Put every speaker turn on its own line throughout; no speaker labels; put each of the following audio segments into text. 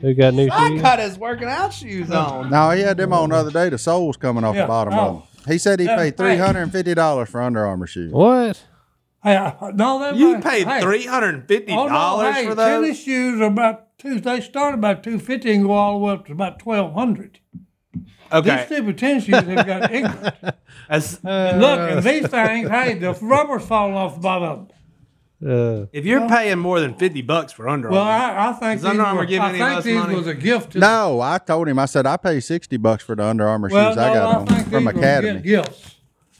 Who got new
I
shoes?
got his working out shoes on.
No, he had them on the other day. The sole's coming off
Yeah,
the bottom
oh.
of them. He said he
Yeah,
paid three
right.
hundred and fifty dollars for Under Armour shoes.
What?
Hey, I, no, that
You
might-
paid
hey.
three hundred and fifty
Oh,
dollars
no, hey,
for those.
Tennis shoes are about two. They start about two fifty and go all the way up to about twelve hundred.
okay,
These stupid tennis shoes have got ignorant.
That's-
uh,
Look, and these things, hey, the rubber's falling off the bottom. of them.
Uh,
if you're paying more than fifty bucks for Under
Well,
Armour,
I, I think
Does Under
these
Armour
were-
give
I
any
think
less
these
money?
was a gift to
No, I told him. I said I paid sixty bucks for the Under Armour
Well,
shoes I
no,
got
I
on
think
from
these were gi-
Academy.
Gifts.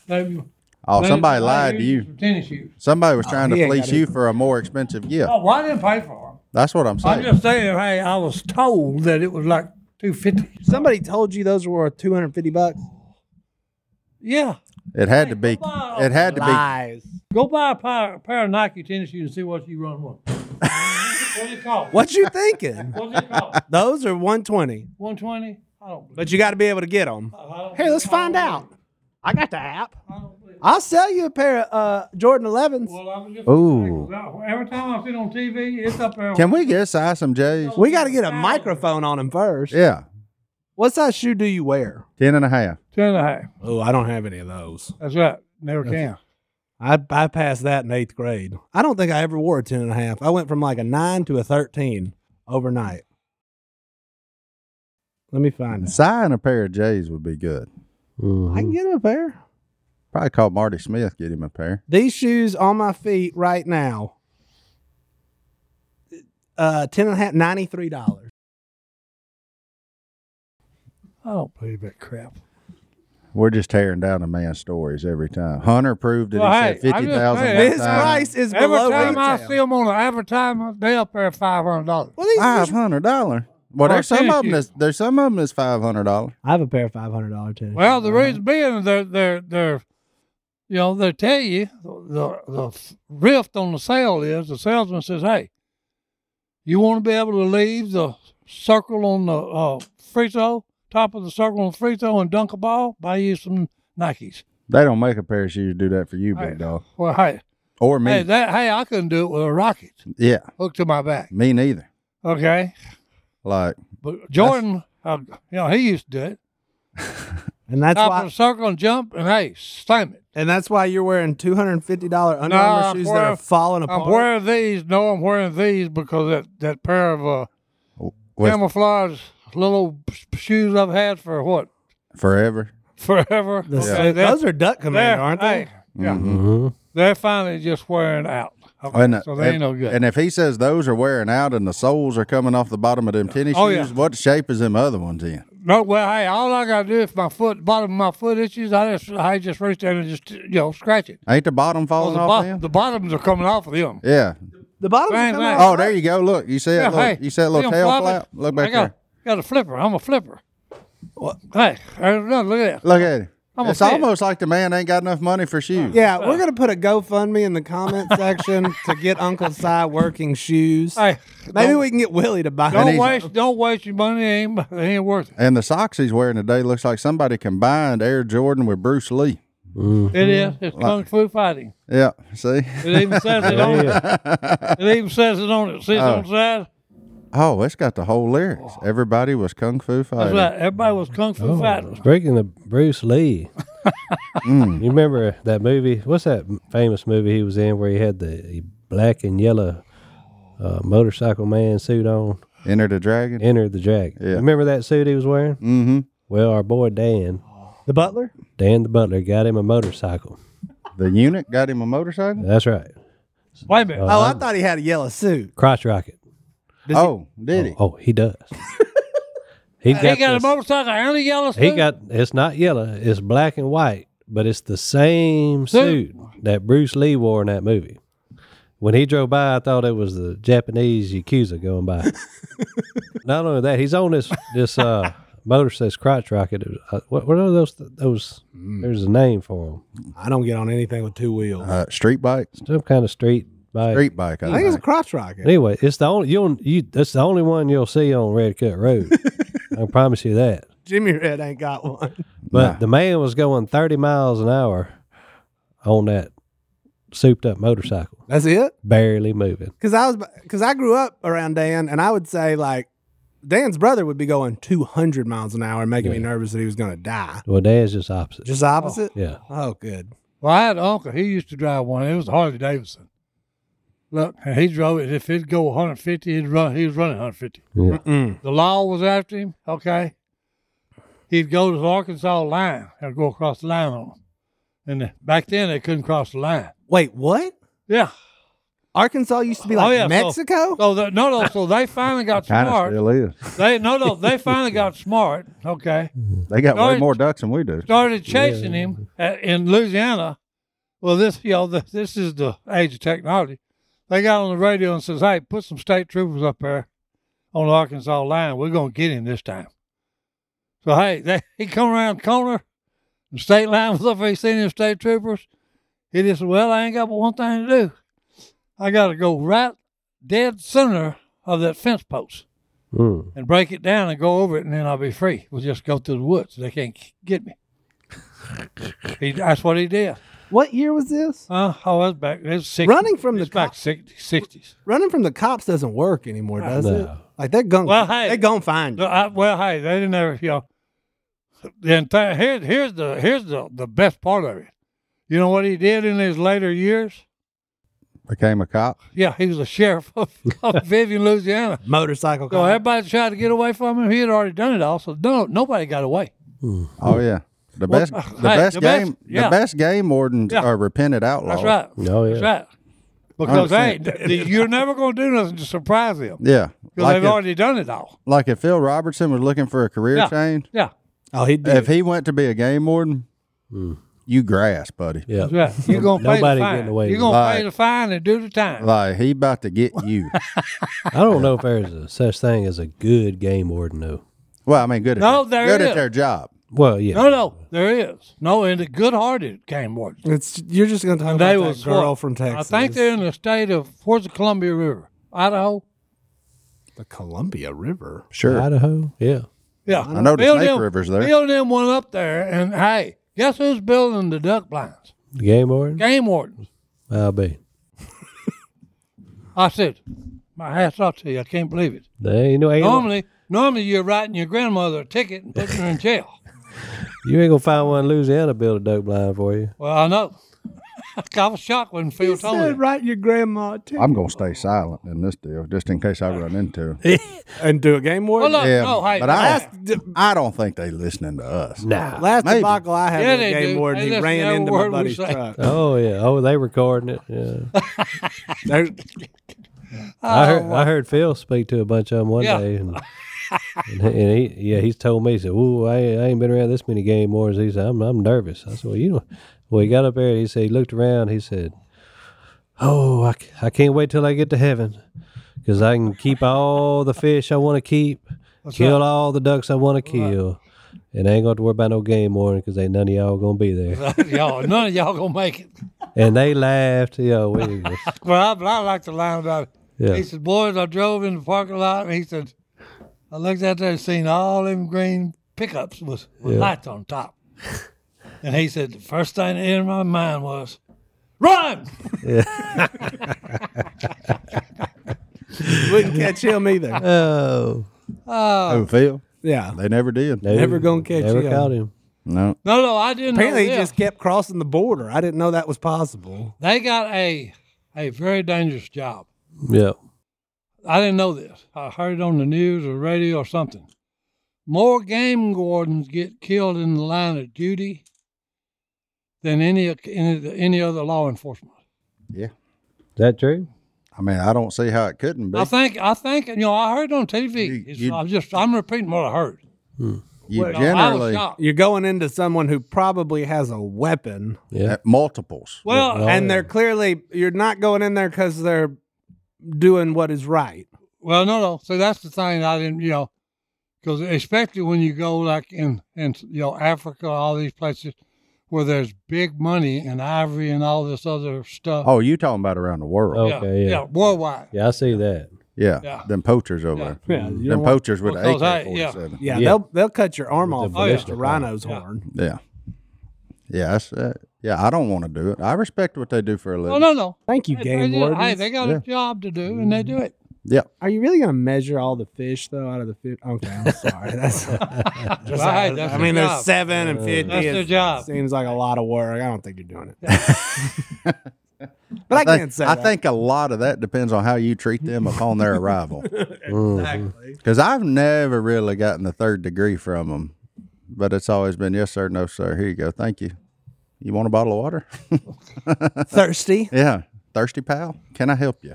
They-
Oh,
they-
somebody
they
lied to
used
you.
some Tennis shoes.
Somebody was trying
he
to
ain't
fleece
got it.
you for a more expensive gift.
Oh, well, I didn't pay for them.
That's what I'm
I'm
saying.
just saying, hey, I was told that it was like two fifty.
Somebody told you those were two hundred fifty bucks.
Yeah,
it had to be.
come on.
It had to be.
Lies.
go buy a pair, a pair of Nike tennis shoes and see what you run one. What's it called?
What you thinking?
What's it called?
those are one twenty,
One twenty? I don't. Believe
but you got to be able to get them.
I don't
Here, let's
believe- I
find
don't
out. I got the app.
believe- I don't believe-
I'll sell you a pair of uh, Jordan 11s.
Well, I'm just.
Ooh.
Every time I see it on TV, it's up there.
Can we get size some J's?
We got to get a microphone on them first.
Yeah,
What size shoe do you wear?
ten and a half.
Ten and a half.
Oh, I don't have any of those.
That's right. Never can.
I, I passed that in eighth grade. I don't think I ever wore a 10 and a half. I went from like a 9 to a 13 overnight. Let me find it.
Sign a pair of J's would be good.
mhm.
I can get him a pair.
Probably call Marty Smith, get him a pair.
These shoes on my feet right now, uh, 10 and a half, $93.
I don't believe that crap.
We're just tearing down a man's stories every time. Hunter proved that
Well,
he
hey,
said fifty thousand.
I'm
This
just saying.
price is
Every
below
time I
retail.
see them on an advertisement, they up there five hundred dollars.
Well, these-
Five hundred dollar. Well,
Or
there's some
tennis
of them. That's, there's some of them that's five hundred dollar.
I have a pair of five hundred dollar tennis.
Well, the
shoes.
reason being, they're they're they're, you know, they tell you the the rift on the sale is the salesman says, hey, you want to be able to leave the circle on the uh, free throw, top of the circle on the free throw, and dunk a ball, buy you some Nikes.
They don't make a pair of shoes to do that for you,
Hey.
big dog,
Well, hey,
or me.
hey, that hey, I couldn't do it with a rocket
yeah,
hooked to my back.
me neither.
Okay,
Like
but Jordan, uh, you know, he used to do it.
and that's
top of the
why,
circle and jump, and hey, slam it.
and that's why you're wearing two hundred and fifty dollar Under
Nah,
Armour shoes that
boy,
are falling apart.
I'm wearing these. No, I'm wearing these because that, that pair of uh,
with-
camouflage little sh- shoes I've had for what
forever.
forever.
The-
Okay, they're-
those are Duck
they're-
Commander, aren't they?
hey, yeah,
Mhm.
they're finally just wearing out. Okay,
Mm-hmm. And, uh,
so they
if-
ain't no good.
And if he says those are wearing out and the soles are coming off the bottom of them tennis
Oh,
shoes,
yeah.
what shape is them other ones in?
no, well, hey, all I gotta do if my foot, bottom of my foot itches, I just, I just reach down and just, you know, scratch it.
Ain't the bottom
Well,
falling
Oh, the,
off
bo-
them?
the bottoms are coming off of them.
yeah.
The bottoms are
Bang,
coming
bang.
off.
Oh, there you go. Look, you see that
Yeah,
little,
hey,
you see that
see
little
them
tail
flopping?
flap? Look
I
back
got,
there.
got a flipper. I'm a flipper. Hey, there's another. Look at that.
Look at it.
I'm a
it's
fan.
almost like the man ain't got enough money for shoes.
Oh, Yeah, we're gonna put a GoFundMe in the comment section to get Uncle Si working shoes.
Hey,
Maybe we can get Willie to buy
don't
them.
he's-
waste, don't waste your money. It ain't, it ain't worth it.
And the socks he's wearing today looks like somebody combined Air Jordan with Bruce Lee.
Mm-hmm.
It is. It's kung fu fighting.
Yeah, see?
It even says it on it.
Yeah.
It even says it on it. See
Uh.
it's on the side.
Oh, it's got the whole lyrics. Everybody was kung fu
That's
fighting.
right. Everybody was kung
Oh.
fu fighters.
Speaking of Bruce Lee,
Mm.
you remember that movie? What's that famous movie he was in where he had the black and yellow uh, motorcycle man suit on?
Enter the Dragon.
Enter the Dragon.
Yeah.
Remember that suit he was wearing?
Mm-hmm.
Well, our boy Dan,
The butler?
Dan the Butler, got him a motorcycle.
The eunuch got him a motorcycle.
That's right.
Wait a minute.
Uh,
Oh, I thought he had a yellow suit.
Crotch rocket.
oh, did he?
Oh, he does. he
he got a
this-
motorcycle and a yellow suit.
He got it's not yellow, it's black and white, but it's the same
Suit.
suit that Bruce Lee wore in that movie. When he drove by, I thought it was the Japanese Yakuza going by. not only that, he's on this this uh motor says crotch rocket. It was- uh, What, what are those those
Mm.
there's a name for
I don't get on anything with two wheels.
Uh, street bike.
them. Some kind of street bike.
Street bike. I
I think it's a
think.
crotch rocket.
Anyway, it's the only you'll you that's the only one you'll see on Red Cut Road. I promise you that.
Jimmy Red ain't got one.
But
Nah.
the man was going 30 miles an hour on that souped up motorcycle,
That's it.
barely moving.
Because I was because I grew up around Dan, and I would say like Dan's brother would be going 200 miles an hour, making me
Yeah.
nervous that he was going to die.
Well, Dad's just opposite.
Just opposite.
yeah,
Oh, good.
Well, I had an uncle. He used to drive one. It was a Harley Davidson. Look, and he drove it. If it'd go 150, he'd run. He was running 150.
yeah.
Mm.
The law was after him. Okay. He'd go to the Arkansas line and go across the line on them. And the- back then they couldn't cross the line.
Wait, what?
Yeah.
Arkansas used to be
Oh,
like
yeah, so-
Mexico.
So Oh, the, no, no. So they finally got
Kind of
smart.
still is.
They no, no. They finally got smart. Okay.
They got
Alright.
way more ducks than we do.
started chasing him at, in Louisiana. Well, this you know the, this is the age of technology. They got on the radio and says, "Hey, put some state troopers up there on the Arkansas line. We're gonna get him this time." So hey, they, he come around the corner. The state line was up there. He seen them state troopers. He just said, "Well, I ain't got but one thing to do. I got to go right dead center of that fence post."
Mm.
and break it down and go over it, and then I'll be free. We'll just go through the woods. They can't k- get me. he, that's what he did.
What year was this?
Uh, I was back. It was 60,
Running from the
it's back
cop-
60, 60s.
Running from the cops doesn't work anymore, does
No.
it? Like they're gonna
Well, hey.
they're gonna find
No,
you.
I, well, hey, they didn't ever, you know. The entire here, here's the here's the, the best part of it. You know what he did in his later years?
Became a cop.
Yeah, he was a sheriff of, of Vivian, Louisiana.
motorcycle
So
cop.
everybody tried to get away from him. He had already done it all, so no, nobody got away.
Oh yeah. The
Well,
best,
uh,
the
hey,
best
the best-
game,
yeah.
the best game wardens
Yeah.
are repented outlaws.
That's right.
Oh, yeah.
That's right. Because hey,
100%.
th- th- you're never going to do nothing to surprise them
Yeah,
because
like
they've
if,
already done it all.
like if Phil Robertson was looking for a career
Yeah.
change,
Yeah,
Oh, he'd be
if he went to be a game warden,
Hmm.
you grass, buddy.
Yeah.
that's right. You're going to pay the
Nobody
fine.
getting away
You're
with
going to
it.
pay the fine and do the time.
Like he about to get you.
I don't know if there's a such thing as a good game warden, though.
well, I mean, good. At
No,
their,
there
good
it
at
is.
their job.
Well, yeah.
No, no, there is no, and the good-hearted game warden.
it's you're just gonna talk
And
about
they
that
was
girl
what?
from Texas.
I think they're in the state of where's the Columbia River, Idaho.
the Columbia River.
Sure,
Idaho. Yeah.
Yeah,
I know the
Build
Snake
them-
River's there.
Build them one up there, and hey, guess who's building the duck blinds?
Game warden.
Game wardens.
I'll be.
I said, my hat's off to you. I can't believe it.
There ain't no animal.
Normally, normally you're writing your grandmother a ticket and putting her in jail.
You ain't gonna find one in Louisiana build a duck blind for you.
Well, I know. I was shocked when Phil told me. that.
right your grandma too.
I'm gonna stay silent in this deal, just in case I run into him.
And do a game
Well,
warden.
look,
Yeah,
no, hey,
but I, I don't think they listening to us.
Nah.
Last
Maybe.
debacle I had
Yeah,
with a
they
game
do.
warden,
They
he
listen to
ran
every
into
word
my
we
buddy's
say.
truck.
Oh yeah. Oh, they recording it. Yeah.
There- Oh,
I heard. I heard Phil speak to a bunch of them one
Yeah.
day, and, and, he- and he, yeah, he's told me he said, "Ooh, I, ain't- I ain't been around this many game wars." He said, "I'm, I'm nervous." I said, "Well, you know." Well, he got up there and he said, he looked around. He said, "Oh, I, c- I can't wait till I get to heaven, because I can keep all the fish I want to keep, kill all the ducks I want to kill." And I ain't gonna have to worry about no game warning because ain't none of y'all gonna be there.
y'all, none of y'all gonna make it.
And they laughed. You know, we just,
Well, I, but I like the line about it.
yeah.
He said, "Boys, I drove in the parking lot, and he said, I looked out there and seen all them green pickups with, with lights on top." And he said, "The first thing that entered my mind was, run!"
wouldn't catch him either.
Oh.
Oh, Phil,
Yeah.
they never did.
Never gonna catch
Never
him.
caught him.
No,
No, no, I didn't.
Apparently,
know
he
this.
just kept crossing the border. I didn't know that was possible.
they got a a very dangerous job.
Yeah.
I didn't know this. I heard it on the news or radio or something. More game wardens get killed in the line of duty than any any, any other law enforcement.
yeah.
Is that true?
I mean, I don't see how it couldn't be.
I think I think you know I heard it on TV.
You-
It's-
you-
I'm just I'm repeating what I heard.
you
No, I was
generally
shocked.
You're going into someone who probably has a weapon,
Yeah.
at multiples.
Well,
no. Oh,
and
yeah.
they're clearly you're not going in there because they're doing what is right.
well, no, no. So that's the thing I didn't you know because especially when you go like in in you know Africa, all these places where there's big money and ivory and all this other stuff.
Oh, you talking about around the world?
Oh. okay, yeah.
yeah worldwide.
Yeah, I see that.
Yeah,
Oh. Yeah.
them poachers over
Yeah.
there.
Yeah, you
them
don't want-
poachers with
Because I-
AK forty seven.
Yeah,
Yeah.
they'll they'll cut your arm
With
off
the
with
Oh, yeah.
just a rhino's
Yeah.
horn.
Yeah, yeah. That's, that, Yeah, I don't want to do it. I respect what they do for a living.
Oh no, no.
Thank you,
They- they
game
do- Hey,
wardens.
they got
Yeah.
a job to do, and they do it.
Are you really gonna measure all the fish though out of the fish? Okay, I'm sorry. That's
Just-
Well, hey,
I-
that's
I
their
mean,
job.
there's seven and
Uh,
fifty.
That's their
is-
job.
seems like a lot of work. I don't think you're doing it. but I,
I, think,
can't say.
I
that.
think a lot of that depends on how you treat them upon their arrival.
Mhm.
Because I've never really gotten the third degree from them, but it's always been yes sir, no sir. Here you go, thank you. You want a bottle of water?
Thirsty.
yeah, thirsty pal. Can I help you?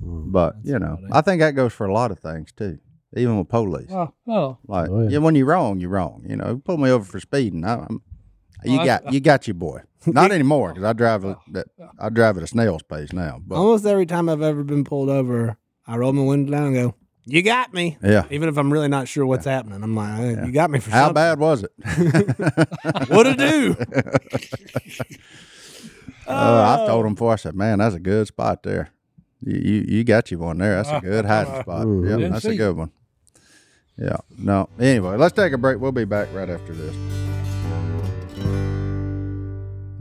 But you know, I think that goes for a lot of things too, even with police.
Well, oh,
Like,
Oh, yeah.
yeah. when you're wrong, you're wrong. You know, pull me over for speeding. I, I'm, you
Well,
got, you got your boy. Not anymore, because I drive it. that- I drive at a snail's pace now. But
almost every time I've ever been pulled over, I roll my window down and go, "You got me."
yeah,
Even if I'm really not sure what's happening, I'm like, "Hey, "You got me for
how
something."
bad was it?
What to do?
Uh,
Oh,
Oh.
I've told him before. I said, "Man, that's a good spot there. You you, you got you one there. That's a good hiding spot. Yeah,
Didn't
that's
see.
a good one. Yeah. No. Anyway, let's take a break. We'll be back right after this.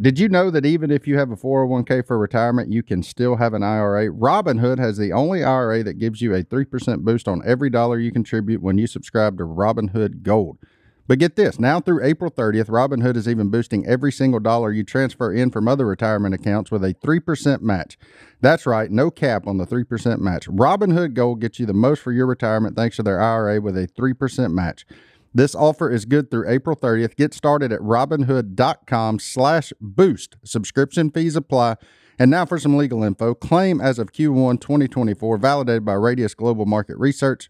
Did you know that even if you have a 401k for retirement, you can still have an IRA? Robinhood has the only IRA that gives you a 3% boost on every dollar you contribute when you subscribe to Robinhood Gold. But get this now through April 30th, Robinhood is even boosting every single dollar you transfer in from other retirement accounts with a 3% match. That's right, no cap on the 3% match. Robinhood Gold gets you the most for your retirement thanks to their IRA with a 3% match. This offer is good through April 30th. Get started at robinhood.com slash boost. Subscription fees apply. And now for some legal info. Claim as of Q1 2024, validated by Radius Global Market Research.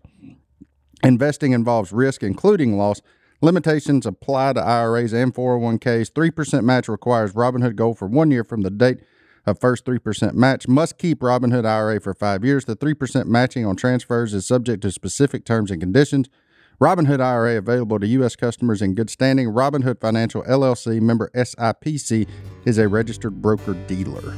Investing involves risk, including loss. Limitations apply to IRAs and 401ks. 3% match requires Robinhood Gold for one year from the date of first 3% match. Must keep Robinhood IRA for five years. The 3% matching on transfers is subject to specific terms and conditions. Robinhood IRA available to U.S. customers in good standing. Robinhood Financial LLC member SIPC is a registered broker dealer.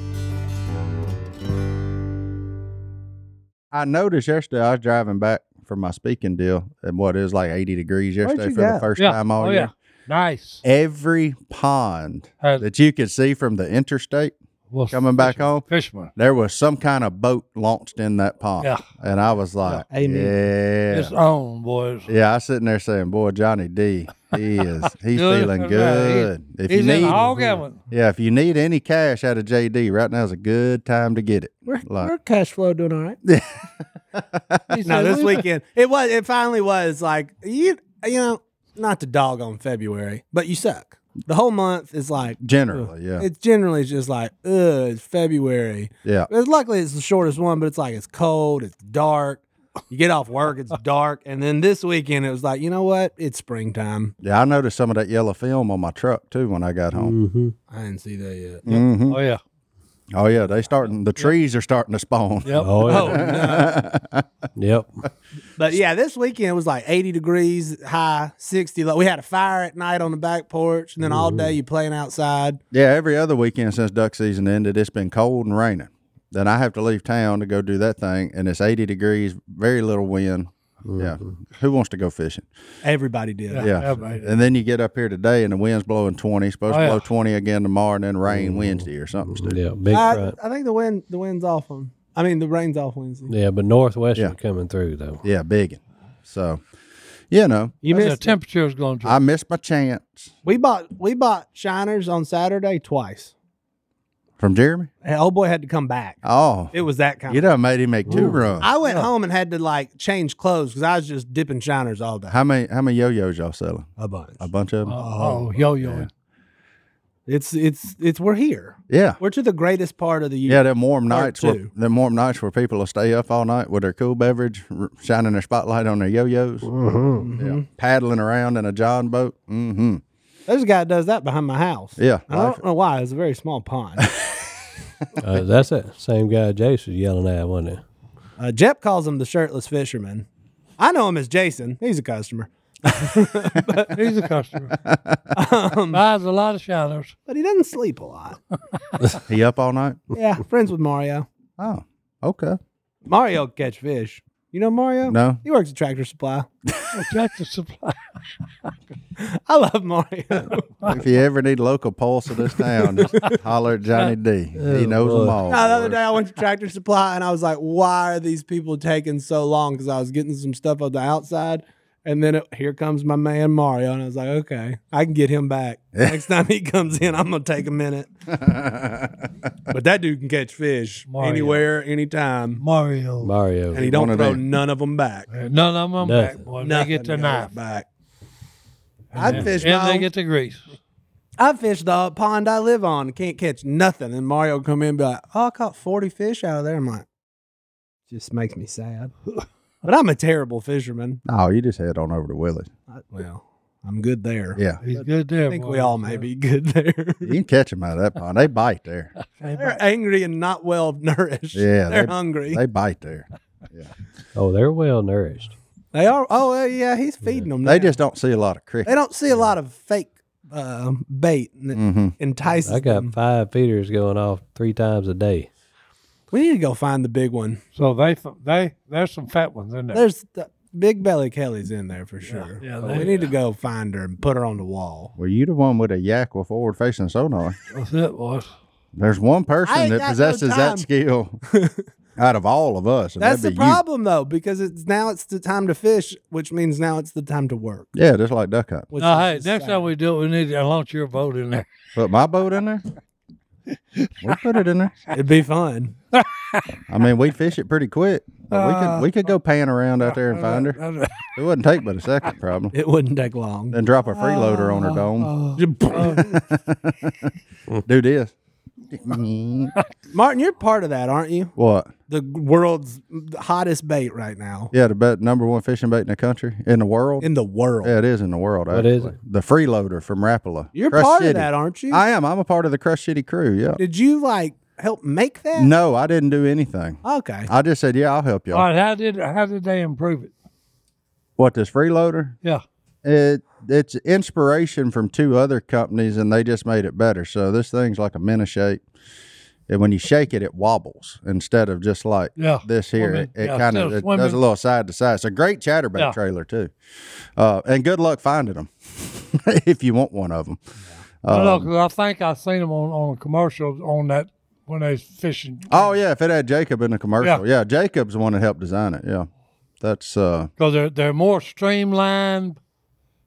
I noticed yesterday I was driving back from my speaking deal and what it was like 80 degrees yesterday
you
for
go?
the first
yeah.
time all
oh,
year.
yeah. Nice.
Every pond
Has
that you could see from the interstate
was
coming back home,
fisherman.
there was some kind of boat launched in that pond.
Yeah.
And I was like, yeah.
Amen.
It's on, boys.
Yeah, I was sitting there saying, "Boy, Johnny D, he is he's
Good
feeling
for that.
good. If
He's
you
in
need,
all gallon.
yeah, if you need any cash out of JD right now is a good time to get it.
We're,
Like-
we're cash flow doing all right.
He
No,
said,
this
"Well,
weekend it was. It finally was like you. You know, not to dog on February, but you suck. The whole month is like
Generally, yeah,
it's generally just like ugh, it's February.
yeah,
It's luckily it's the shortest one, but it's like it's cold, it's dark. You get off work, it's dark, and then this weekend it was like, you know what? It's springtime.
yeah. I noticed some of that yellow film on my truck too when I got home.
Mhm.
I didn't see that yet.
hmm
Oh, yeah.
Oh yeah, they starting the trees are starting to spawn.
Yep.
Oh, yeah.
Oh.
Yep.
But yeah, this weekend it was like 80 degrees high, 60 low. We had a fire at night on the back porch, and then all day you playing outside.
Yeah, every other weekend since duck season ended, it's been cold and raining. Then I have to leave town to go do that thing, and it's 80 degrees, very little wind.
Mm-hmm.
Yeah, who wants to go fishing?
Everybody did.
Yeah.
everybody.
And then you get up here today and the wind's blowing 20, supposed
Oh,
to
yeah.
blow 20 again tomorrow and then rain Wednesday or something. stupid.
Yeah. Big
I,
front.
I think the wind the wind's off on. I mean the rain's off Wednesday.
Yeah, but Northwestern
Yeah.
coming through though.
Yeah, biggin. So, you know,
You
The
missed.
temperature is going to.
I missed my chance
we bought we bought shiners on Saturday twice.
from Jeremy.
And old boy had to come back.
Oh,
It was that kind.
you done made him make two runs.
I went home and had to like change clothes because I was just dipping shiners all day.
How many how many yo-yos y'all selling?
A bunch.
A bunch of them?
oh, yo yo.
It's it's it's we're here.
yeah.
We're to the greatest part of the year.
Yeah, them warm nights where
two.
them warm nights where people will stay up all night with their cool beverage, r- shining their spotlight on their yo-yos,
Mm-hmm,
yeah. paddling around in a john boat. Mm-hmm.
There's a guy that does that behind my house.
Yeah,
I
life-
don't know why. It's a very small pond.
Uh, that's that same guy Jace was yelling at, wasn't it?
Uh, Jep calls him the shirtless fisherman. I know him as Jason. He's a customer,
He's a customer. Um, Buys a lot of shiners.
but he doesn't sleep a lot.
He up all night?
Yeah, friends with Mario.
Oh, okay.
Mario can catch fish. You know Mario?
No,
He works at Tractor Supply.
Tractor Supply.
I love Mario.
if you ever need local pulse of this town, just holler at Johnny D. He
Oh,
knows
boy.
them all.
No, the other
boy.
day I went to Tractor Supply and I was like, why are these people taking so long? Because I was getting some stuff on the outside. And then it, here comes my man Mario. And I was like, okay, I can get him back. Next time he comes in, I'm going to take a minute. But that dude can catch fish
Mario.
anywhere, anytime.
Mario.
Mario.
And he don't
One of
throw
them.
none of them back.
None of them back,
Nothing.
boy.
Nothing
They get the
goes
knife.
back. I fish
And
my
they
own
get the grease.
I fish the pond I live on. Can't catch nothing. And Mario will come in and be like, oh, I caught 40 fish out of there. I'm like, just makes me sad. but I'm a terrible fisherman.
Oh, you just head on over to Willie's.
I- well, I'm good there.
Yeah.
He's good there,
I think
boy.
we all may be good there.
You can catch them out of that pond. They bite there.
They're angry and not well nourished.
Yeah,
They're
they-
hungry. They,
They bite there.
Oh, they're well nourished.
are. Oh, well, yeah. He's feeding them.
They just don't see a lot of
They
crickets.
don't see a lot of fake uh, bait that
hmm
entices
I got
Mm-hmm.
them.
five feeders going off three times a day.
We need to go find the big one.
So they they there's some fat ones in there.
There's the Big Belly Kelly's in there for sure.
yeah,
But
they-
we need to go find her and put her on the wall.
Well, you the one with a yak with forward facing sonar.
That's it, boys.
There's one
I ain't
person that
got no
possesses
time.
that skill out of all of us. And
That's the
that'd be you.
problem though, because it's now it's the time to fish, which means now it's the time to work.
Yeah, just like duck hunt.
Which
No,
is
Oh, hey,
just
next
sad.
time we do it, we need to launch your boat in there.
Put my boat in there. We put it in there.
it'd be fun.
I mean, we fish it pretty quick. But we could we could go pan around out there and find her. It wouldn't take but a second, problem.
It wouldn't take long.
Then drop a freeloader on her dome. Oh. Do this.
Martin, you're part of that, aren't you?
what?
The world's hottest bait right now
Yeah, the bet number one fishing bait in the country, in the world.
in the world.
yeah, it is in the world.
What is
actually. The freeloader from Rapala.
You're
Crush
part of
City.
that, aren't you?
I am. I'm a part of the Crush City crew. Yeah.
Did you like help make that?
No, Mm-hmm. I didn't do anything.
Okay.
I just said, yeah, I'll help
All
y'all.
right, how did how did they improve it?
What this freeloader?
Yeah.
It it's inspiration from two other companies, and they just made it better. So this thing's like a mini shake, and when you shake it, it wobbles instead of just like
Yeah.
this here.
Swimming.
It, it
Yeah,
kind
instead
of
of
it does a
swimming.
little side to side. It's a great chatterbait
Yeah.
trailer too, uh, and good luck finding them if you want one of them.
I
Um,
know, 'cause I think I seen them on, on a commercial on that when they was fishing.
Oh yeah, if it had Jacob in the commercial, yeah, Jacob's the one that helped design it. Yeah, that's uh,
because they're they're more streamlined,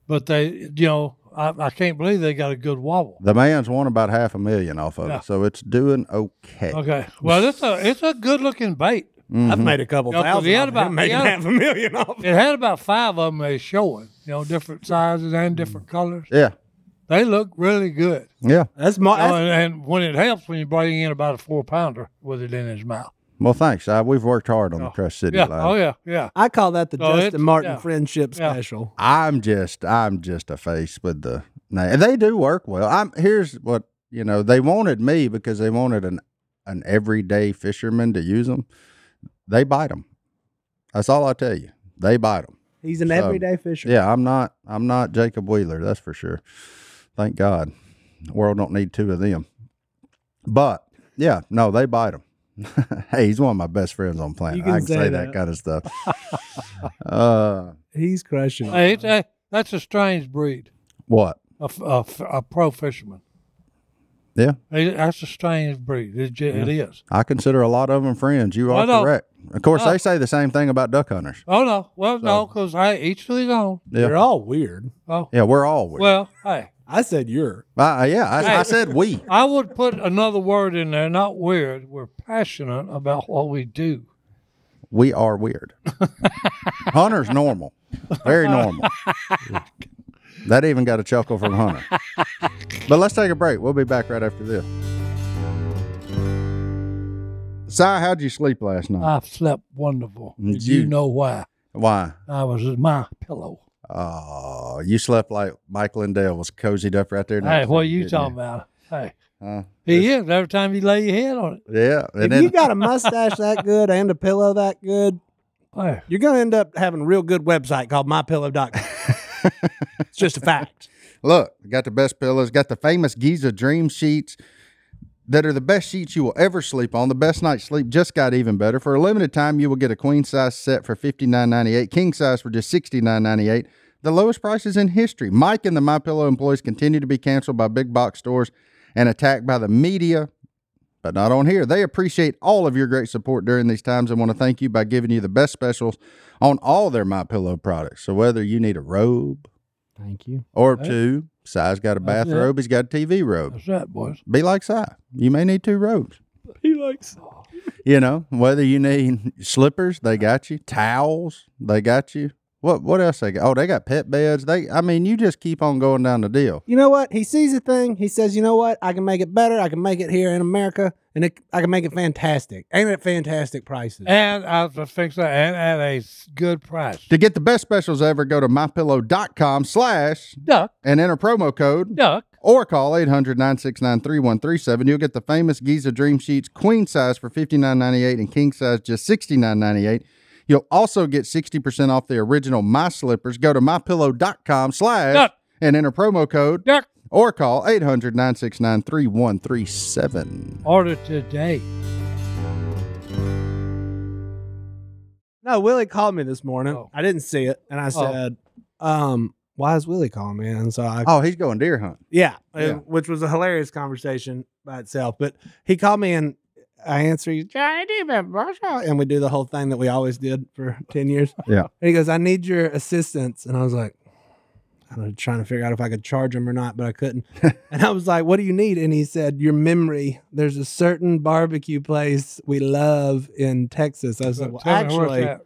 but they you know I, I can't believe they got a good wobble.
the man's won about half a million off of
Yeah.
it, so it's doing okay. Mm-hmm.
Okay, well it's a it's a good looking bait.
I've made a couple
Yeah, 'cause
thousand.
he had
of
about-
them, making
he had-
half a million off.
It had about five of them they showing, you know, different sizes and different colors.
Yeah,
They look really good.
yeah.
That's my.
Oh, and, and when it helps when you bring in about a four pounder with it in his mouth.
Well, thanks. I, we've worked hard on the Crush City
Yeah.
line.
Oh yeah. Yeah.
I call that the
Oh, it's-
Justin Martin
yeah.
friendship
Yeah.
special.
I'm just, I'm just a face with the name. And They do work well. I'm here's what you know. They wanted me because they wanted an an everyday fisherman to use them. They bite them. That's all I tell you. They bite them.
He's an
So,
everyday fisher.
Yeah, I'm not. I'm not Jacob Wheeler. That's for sure. Thank God, the world don't need two of them. But yeah, no, they bite them. hey, he's one of my best friends on planet.
You can
I can say,
say
that.
that.
kind of stuff. uh,
He's crushing. it.
Hey, it's a, that's a strange breed.
what?
A, f- a f- a pro fisherman.
Yeah,
Hey, That's a strange breed. It, ju- it is.
I consider a lot of them friends. You
Well,
are
no.
correct. Of course,
No.
they say the same thing about duck hunters.
Oh no. Well, no, 'cause no, because hey, each to his own.
Yeah.
You're all weird.
Oh.
Yeah, we're all weird.
Well, hey,
I said you're.
I- yeah, I, I said we.
I would put another word in there. Not weird. We're passionate about what we do.
We are weird. Hunter's normal, very normal. that even got a chuckle from Hunter. But let's take a break. We'll be back right after this. Si, how'd you sleep last night?
I slept wonderful.
Mm,
Hmm. Did you,
you-
know why?
Why?
I was my pillow.
Oh, you slept like Mike Lindell was cozied up right there.
Hey,
next to
what are you
didn't
talking about? Hey,
Huh?
he is every time you lay your head on
Yeah, and
If
then
you got a mustache that good and a pillow that good,
it. Hey,
you're going to end up having a real good website called mypillow.com. it's just a fact.
Look, got the best pillows, got the famous Giza Dream Sheets. that are the best sheets you will ever sleep on. The best night's sleep just got even better. For a limited time, you will get a queen size set for fifty nine ninety eight, king size for just sixty nine ninety eight. The lowest prices in history. Mike and the My Pillow employees continue to be canceled by big box stores and attacked by the media, but not on here. They appreciate all of your great support during these times and want to thank you by giving you the best specials on all their My Pillow products. So whether you need a robe
Thank you.
or two, Si's got a
That's it.
bathrobe, he's got a TV robe.
That's right, boys.
Be like Si. You may need two robes.
He likes.
You know, whether you need slippers, they got you. Towels, they got you. What what else they got? Oh, they got pet beds. They I mean, you just keep on going down the deal.
You know what? He sees a thing. He says, "You know what? I can make it better. I can make it here in America, and it, I can make it fantastic. Ain't it fantastic prices?"
And I was fix that, and at a s- good price.
To get the best specials ever, go to mypillow.com slash
Duck,
and enter promo code
duck.
or call 800 969 3137. You'll get the famous Giza Dream Sheets queen size for $59.98 and king size just $69.98. You'll also get 60% off the original My Slippers. Go to mypillow.com slash
Duck.
and enter promo code
Duck.
or call 800 969 3137.
Order today.
No, Willie called me this morning.
Oh.
I didn't see it, and I said, "Um, why is Willie calling me?" And so I,
Oh, he's going deer hunt.
yeah, uh,
Yeah.
which was a hilarious conversation by itself. But he called me, and I answer, "You Johnny Depp, Russia," and we do the whole thing that we always did for ten years.
Yeah.
and he goes, "I need your assistance," and I was like. I was trying to figure out if I could charge him or not, but I couldn't. and I was like, "What do you need?" And he said, "Your memory. There's a certain barbecue place we love in Texas." I was like, "Well,
Tell me where it's
actually,
at.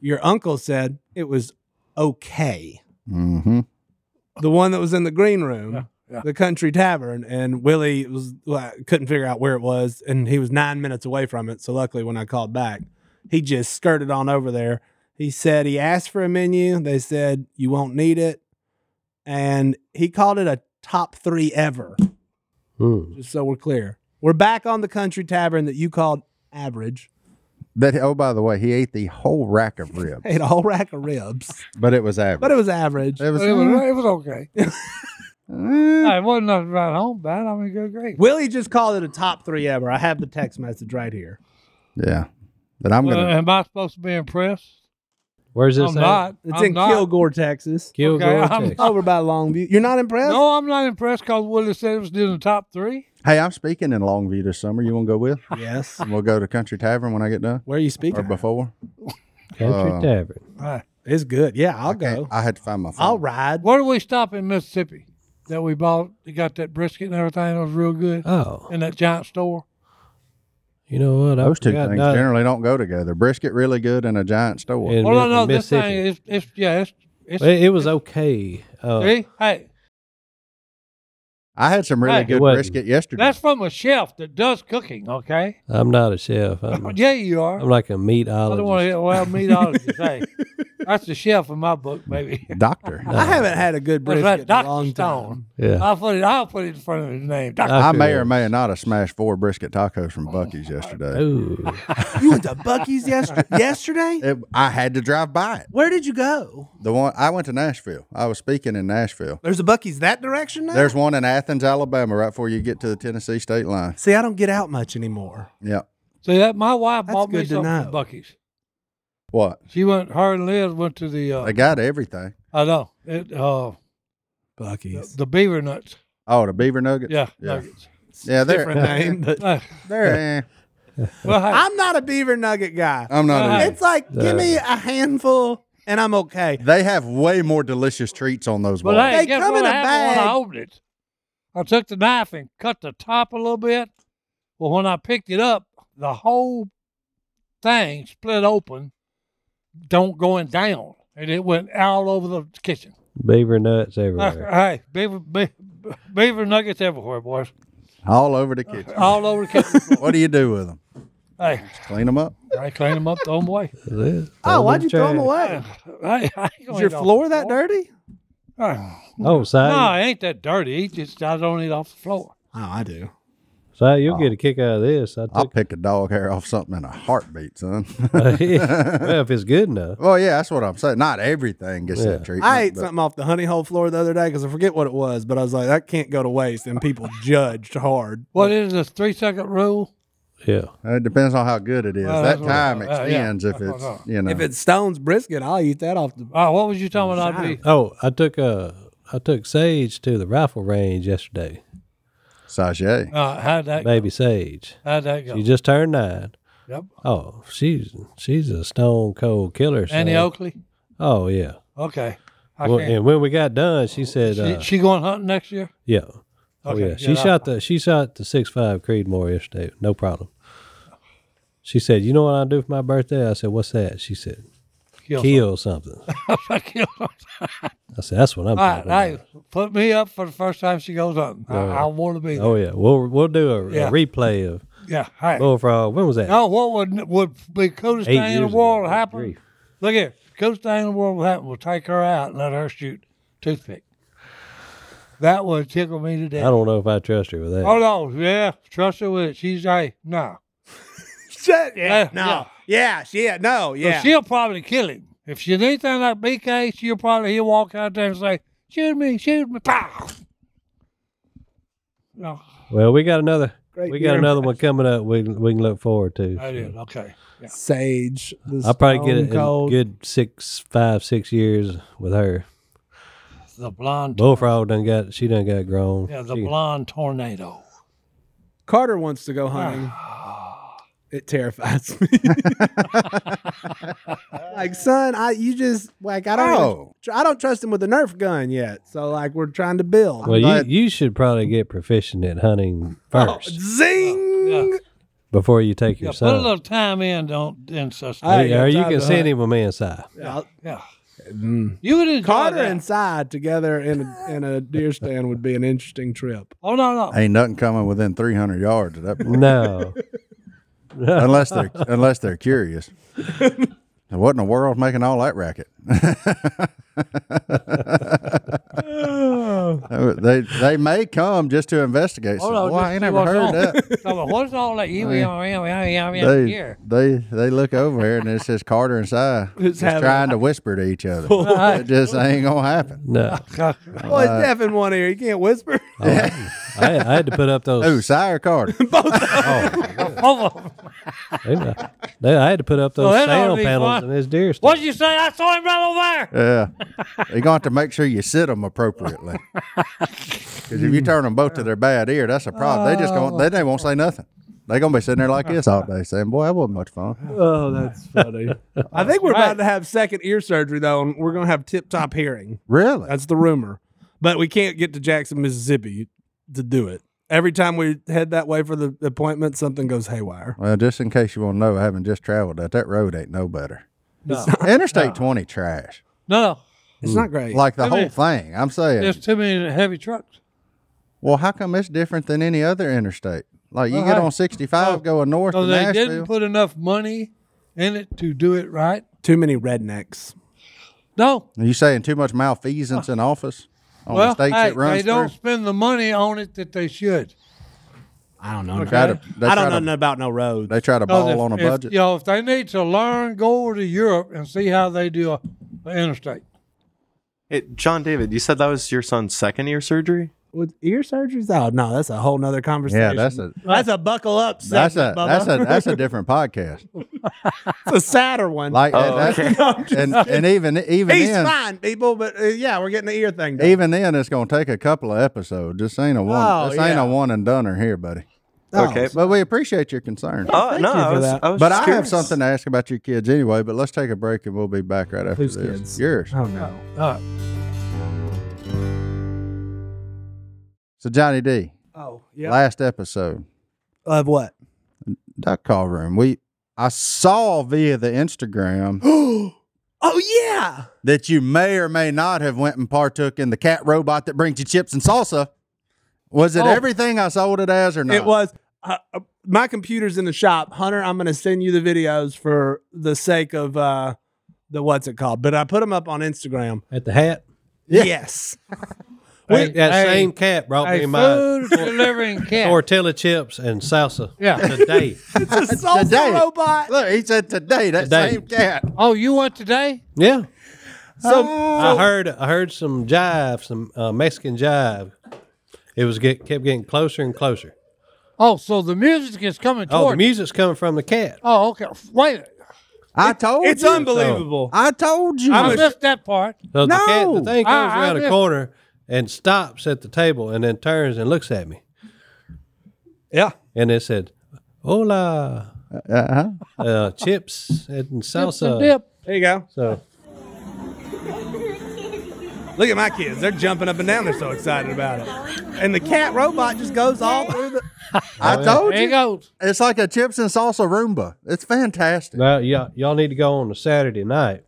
your uncle said it was okay.
Mm-hmm.
The one that was in the green room,
Yeah, yeah.
the Country Tavern, and Willie was like, couldn't figure out where it was, and he was nine minutes away from it. So luckily, when I called back, he just skirted on over there. He said he asked for a menu. They said you won't need it, and he called it a top three ever.
Hmm.
Just so we're clear, we're back on the Country Tavern that you called average.
That, oh, by the way, he ate the whole rack of ribs,
Ate a whole rack of ribs,
but it was average.
but it was average.
It was-
It was, it was okay.
eh,
No, it wasn't nothing right home about it. I mean, good great.
Willie just called it a top three ever. I have the text message right here.
yeah. But I'm
Well, uh,
going to.
am I supposed to be impressed?
Where's this
I'm
at?
not.
It's
I'm
in
not.
Kilgore, Texas.
Kilgore,
Okay, I'm-
Texas.
Over by Longview. You're not impressed?
No, I'm not impressed because Willie said it was in the top three.
Hey, I'm speaking in Longview this summer. You want to go with?
Yes.
And we'll go to Country Tavern when I get done
Where are you
or
speaking?
before.
Country
Uh,
Tavern.
Right.
It's good. Yeah, I'll
I can't-
go.
I had to find my phone.
I'll ride.
Where do we stop in Mississippi that we bought? We got that brisket and everything that was real good
Oh,
in that giant store.
you know what? I
Those two
forgot
things
not-
generally don't go together. Brisket really good and a giant store.
in
Well, no,
Mi-
no, this
Mississippi.
thing is, it's yeah, it's, it's
It, it was okay. Uh,
see, hey,
I had some really
Hey,
good
it wasn't.
brisket yesterday.
that's from a chef that does cooking. Okay,
I'm not a chef. I'm,
yeah, you are.
I'm like a meatologist.
I don't want to. Well, meatologist. hey, that's the chef in my book, baby.
Doctor.
I haven't had a good
That's
brisket
right,
in a
Doctor
long time.
Stone.
yeah.
I'll put it. I'll put it in front of his name. Dr.
I may or may not have smashed four brisket tacos from Bucky's yesterday.
Ooh.
You went to Bucky's yesterday? yesterday?
It, I had to drive by it.
Where did you go?
The one I went to Nashville. I was speaking in Nashville.
There's a Bucky's that direction now?
There's one in Athens, Alabama, right before you get to the Tennessee state line.
See, I don't get out much anymore.
Yeah.
See that my wife
That's
bought me
good to
something
know.
from Bucky's.
What?
She went. Her and Liz went to the.
They
Uh,
got everything.
I know it. Uh, the,
Bucky's.
the beaver nuts.
Oh, the beaver nuggets.
Yeah,
Yeah.
nuggets.
Yeah, they're
Different name, but
Hey,
They're, eh,
well, hey,
I'm not a beaver nugget guy.
I'm not.
Uh,
either.
It's like,
Yeah.
give me a handful and I'm okay.
They have way more delicious treats on those
but
walls.
hey,
They
guess
come
what
in a
happened when I
bag.
opened it? I took the knife and cut the top a little bit. Well, when I picked it up, the whole thing split open, don't going down, and it went all over the kitchen.
Beaver nuts
Uh,
everywhere.
hey, beaver, be, beaver nuggets everywhere, boys.
All over the kitchen.
All over the kitchen.
What do you do with them?
hey,
Clean them up.
I clean them up, throw them away.
That's it.
Oh,
Throw
why'd
them
you throw them
trash.
away?
Hey, I ain't gonna
Is your
eat off
floor
the
that dirty?
Uh,
Oh,
no,
sorry.
it ain't that dirty. He just I don't eat off the floor.
Oh, I do.
So you'll get a kick out of this. I
I'll
took,
pick a dog hair off something in a heartbeat, son.
well, if it's good enough.
well, yeah, that's what I'm saying. Not everything gets
Yeah.
that treatment.
I ate
but-
something off the honey hole floor the other day because I forget what it was, but I was like, that can't go to waste. And people judged hard.
What is this three second rule?
Yeah.
It depends on how good it is.
Well,
that
that's what I
time
thought. Uh, yeah,
extends if
that's what I
it's
thought.
you know.
If it's Stone's brisket, I'll eat that off the.
Oh, what was you talking about? I'd be
Oh, I took uh, I took Sage to the rifle range yesterday.
sachet.
uh, how'd that
Baby Sage.
how'd that go?
She just turned nine.
Yep.
Oh, she's she's a stone cold killer. son.
Annie Oakley.
Oh yeah.
Okay. I
Well,
can't.
and when we got done, she said, uh,
she, she going hunting next year?
"Yeah, oh,
Okay,
yeah." She
yeah, that-
shot the she shot the six five Creedmoor yesterday. No problem. She said, "You know what I do for my birthday?" I said, "What's that?" She said,
Kill.
"Kill something."
something. Kill something.
I said, "That's what I'm
All right,
talking about."
hey, put me up for the first time she goes up. I, I want to be there.
Oh yeah, we'll we'll do a, a
Yeah.
replay of
yeah, hey.
Bullfrog. When was that?
No, what would would be coolest
Eight
thing in the
years
world
ago.
to happen?
Grief.
Look here, coolest thing in the world will happen. We'll take her out and let her shoot toothpick. That would tickle me to
I
death.
don't know if I trust her with that.
Oh no, yeah, trust her with it. She's hey, no,
Shut yeah,
Yeah,
Oh, no, yeah, yeah, no,
So
yeah.
she'll probably kill him if she's anything like BK. She'll probably he'll walk out there and say, "Shoot me, shoot me, pow." No,
Well, we got another
Great
we got
beer.
another one coming up. We can- we can look forward to.
I did. Okay, yeah.
Sage. the
I'll probably get
Stone
it in
Cold.
good six, five, six years with her.
the blonde.
Bullfrog done got she done got grown.
Yeah, the
She-
blonde tornado.
Carter wants to go hunting.
Ah.
it terrifies me. like, son, I you just like I don't even-
Oh,
tr- I don't trust him with a Nerf gun yet. So like we're trying to build.
Well,
But-
you, you should probably get proficient at hunting first
Zing!
Yeah,
before you take
Oh, yeah
your
put a
son.
little time in, don't and sustain.
I ain't
or
got
you
time
can
to
send
hunt.
him a man side.
Yeah.
Yeah. You would enjoy
Carter
that.
and Side together in a, in a deer stand would be an interesting trip.
Oh no no.
ain't nothing coming within 300 yards of that. point.
No,
unless they're unless they're curious. What in the world's making all that racket? they they may come just to investigate.
Oh,
Say,
no,
"Boy, I
just
ain't
see
ever
what's
heard
on."
that.
So, but what's all that you
They,
here?
they they look over here and it says Carter and Si just
It's having-
trying to whisper to each other. it just ain't gonna happen.
no.
Well, it's deaf in one ear. You can't whisper.
Oh, I, I had to put up
Who,
those.
Si or Carter?
Oh,
they- they- I had to put up those
Well, that ought to
sound
be
panels
fun.
in his deer. stand.
what'd you say? I saw him right over there.
Yeah, you're gonna have to make sure you sit them appropriately. Because if you turn them both to their bad ear, that's a problem. They just going they, they won't say nothing. They gonna be sitting there like this all day, saying, "Boy, that wasn't much fun."
Oh, that's funny. I think we're about to have second ear surgery though, and we're gonna have tip top hearing.
Really?
That's the rumor. But we can't get to Jackson, Mississippi to do it. Every time we head that way for the appointment, something goes haywire.
Well, just in case you want to know, I haven't just traveled that. That road ain't no better. Interstate 20 trash,
No, no,
It's not great.
Hmm. like the
I mean,
whole thing. I'm saying.
there's too many heavy trucks.
well, how come it's different than any other interstate? Like you
Well,
get
hey.
on 65 going north
So
to
they
Nashville.
didn't put enough money in it to do it right.
Too many rednecks.
No,
Are you saying too much malfeasance in office on the
well,
states
hey,
it runs
they don't
through?
spend the money on it that they should.
I don't know.
Try to- they try
I don't
to
know nothing about no roads.
They try to
'Cause
ball
Oh,
on
if-
a
if,
budget.
You know, if they need to learn, go over to Europe and see how they do a, an interstate.
Hey, John David, you said that was your son's second ear surgery?
With ear surgeries? Oh no, that's a whole nother conversation.
yeah, that's a
that's a buckle up.
that's a
segment,
that's
Bubba.
a that's a different podcast.
It's a sadder one.
Like
Oh,
that's, and and even even
He's
then
fine, people, but uh, yeah, we're getting the ear thing. Done.
even then it's gonna take a couple of episodes. This ain't a one.
Oh,
this ain't
yeah.
a one and doneer here, buddy.
okay.
But we appreciate your concern.
Oh, no,
Oh, you
I
for
was,
that.
I was
But
just
I have
curious.
something to ask about your kids anyway. But let's take a break and we'll be back right after
Whose
this.
kids?
Yours.
Oh no.
Uh,
So Johnny D.
Oh yeah.
Last episode.
Of what?
Duck call room. We I saw via the Instagram
oh yeah.
that you may or may not have went and partook in the cat robot that brings you chips and salsa. Was it
Oh.
everything I sold it as or not?
It was. Uh, uh, my computer's in the shop, Hunter. I'm going to send you the videos for the sake of uh, the what's it called? But I put them up on Instagram.
at the hat?
Yeah.
Yes.
Wait, that
hey,
same cat brought
A
me my
food delivering cat.
tortilla chips and salsa
Yeah.
today.
It's a salsa
Today.
robot.
Look, he said today. That
Today.
same cat.
Oh, you went today?
yeah.
So,
Oh.
I heard I heard some jive, some uh, Mexican jive. It was get, kept getting closer and closer.
Oh, so the music is coming
Oh, the
toward. you.
music's coming from the cat.
Oh, okay. Wait,
I told
It's
you.
unbelievable.
I told you.
I missed that part.
So the cat the
No.
thing comes
I- I
around a
missed-
corner and stops at the table and then turns and looks at me.
Yeah.
And it said, Hola.
Uh-huh.
Uh, chips and
Dips and
salsa.
dip.
There you go.
So
Look at my kids. They're jumping up and down. They're so excited about it. And the cat robot just goes all through the.
Oh,
I told
There you
you.
go.
It's like a chips and salsa Roomba. It's fantastic.
now y'all, y'all need to go on a Saturday night.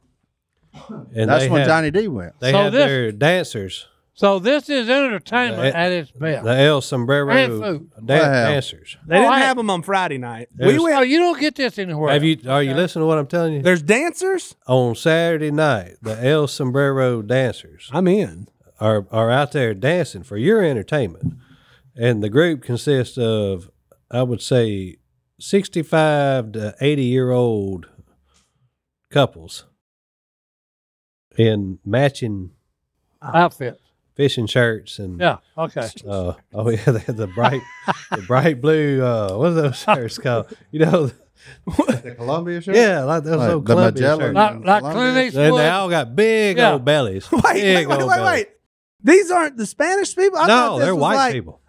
And
That's
they
when
have-
Johnny D went.
They
So
have
this-
their dancers,
So this is entertainment
The-
at its best.
the El Sombrero
And food.
dan-
Wow.
dancers.
They
Oh,
didn't
I-
have them on Friday night.
There's-
we went.
oh, you don't get this anywhere.
Have you? Are you listening to what I'm telling you?
There's dancers.
On Saturday night, the El Sombrero dancers
I'm in.
are are out there dancing for your entertainment, and the group consists of, I would say, sixty-five to eighty-year-old couples in matching
outfit?
fishing shirts and
Yeah. Okay.
Uh, oh yeah, they had the bright, the bright blue. Uh, what are those shirts called? You know,
The Columbia show?
yeah, like those
Like
little
the
Columbia
Magellan.
shirts.
Like, like Clint
Then they
Eastwood.
all got big
Yeah.
old bellies.
Wait, wait,
big
wait,
old
wait,
bellies.
wait. These aren't the Spanish people. I thought
No,
this
they're
was
white
like-
people.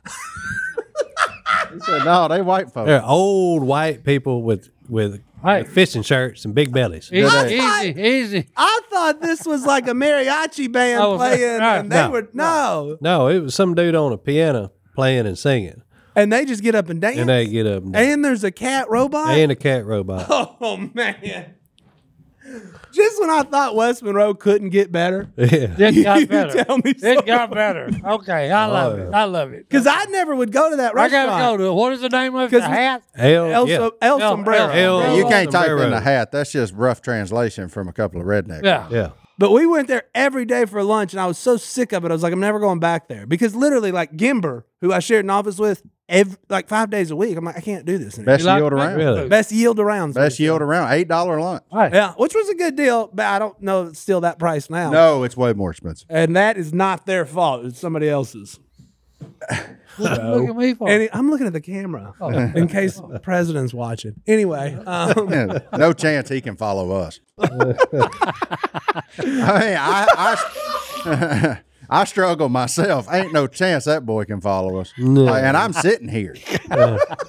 He said, no, they white folks.
They're old white people with with,
Hey.
with fishing shirts and big bellies.
Easy, easy, easy.
I thought this was like a mariachi band
Oh,
playing,
right,
and they
no,
were no,
No, it was some dude on a piano playing and singing,
and they just get up and dance.
and
And,
they get up and, down.
there's a cat robot.
and a cat robot.
oh man! Just when I thought West Monroe couldn't get better,
yeah.
It
You
got better.
tell me so.
It got better. Okay, I love
yeah.
it. I love it.
because I never would go to that
I
restaurant.
gotta go to what is the name of the
'Cause we-
hat?
El,
El,
yeah.
Som- El
El-
Sombrero.
El-
Yeah, you can't type in
Sombrero.
the hat. That's just rough translation from a couple of rednecks.
Yeah.
Yeah.
But we went there every day for lunch, and I was so sick of it. I was like, I'm never going back there because literally, like Gimber, who I shared an office with, ev like five days a week, I'm like, I can't do this anymore.
Best
You like
yield
that?
around.
Really?
Best yield around.
Best yield around. Eight dollar lunch.
Right.
Yeah, which was a good deal, but I don't know if it's still that price now.
No, it's way more expensive.
And that is not their fault. It's somebody else's.
Look at me for
And I'm looking at the camera
Oh.
in case the president's watching. Anyway, um,
Yeah, no chance he can follow us. I mean, I, I, str- I struggle myself. Ain't no chance that boy can follow us. Like, and I'm sitting here.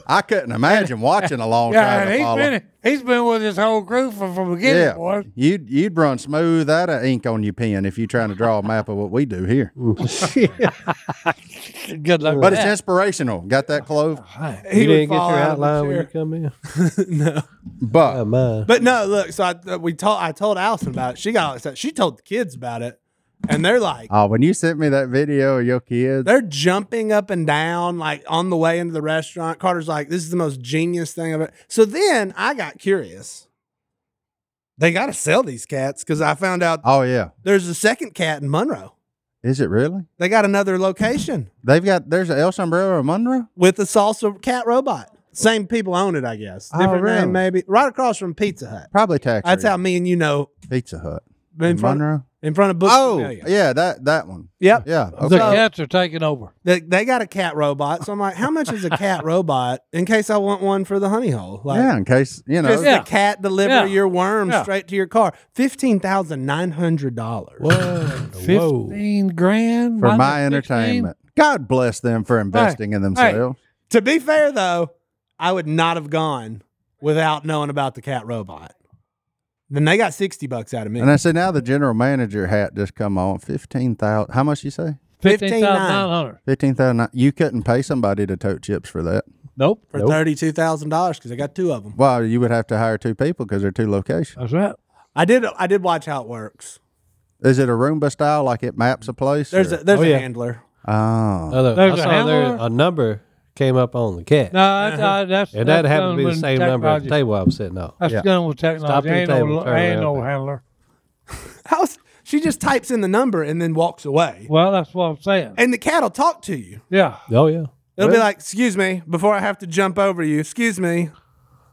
I couldn't imagine watching a long
Yeah,
time
and
to
he's
follow.
been he's been with his whole group from from the beginning,
yeah,
boys.
you'd you'd run smooth out of ink on your pen if you're trying to draw a map of what we do here.
Good luck.
But
with
it's
that.
inspirational. Got that clove?
he
You
would
didn't get
fall
your
out of the
outline when
chair.
you come in.
But
Oh, my.
But no, look. So I we told I told Allison about it. She got all excited. She told the kids about it, and they're like,
oh, when you sent me that video of your kids,
they're jumping up and down like on the way into the restaurant. Carter's like, "This is the most genius thing of it." So then I got curious. They got to sell these cats because I found out
oh yeah,
there's a second cat in Monroe.
is it really?
They got another location
They've got there's a El Sombrero in Monroe.
with a salsa cat robot. Same people own it, I guess.
Oh,
Different
really?
name, maybe. Right across from Pizza Hut.
Probably tax.
That's
reason.
how me and you know
Pizza Hut
in front
Monroe.
in front of Books.
oh,
Pavilion.
yeah, that that one.
yep.
Yeah,
the
okay.
So-
cats are taking over.
They, they got a cat robot, so I'm like, how much is a cat robot in case I want one for the honey hole? Like,
yeah. In case you know,
Just
Yeah.
the cat deliver
Yeah.
your worm
Yeah.
straight to your car. Fifteen thousand nine hundred dollars.
Whoa.
Fifteen grand
for
minus
my
16.
entertainment. God bless them for investing in themselves.
To be fair though, I would not have gone without knowing about the cat robot. Then they got sixty bucks out of me.
And I said, now the general manager hat just come on fifteen thousand. How much you say?
Fifteen thousand nine hundred.
Fifteen thousand. You couldn't pay somebody to tote chips for that.
Nope.
For thirty-two thousand dollars because I got two of them.
Well, you would have to hire two people because they're two locations.
That's right.
I did. I did watch how it works.
Is it a Roomba style like it maps a place?
There's
or-
a, there's
Oh,
a
yeah.
handler.
oh,
Although, I
There's a
saw there
handler.
a number came up on the cat.
No, that's, uh, that's
And that
that's
happened to
done
be the
with
same number at
technology.
the table I was sitting at.
That's
Yeah.
done with
Stop
technology.
at the
Ain't no,
table, turn
ain't
around.
no handler.
I was She just types in the number and then walks away.
Well, that's what I'm saying.
And the cat will talk to you.
Yeah.
Oh yeah.
It'll be like, "Excuse me," before I have to jump over you. Excuse me.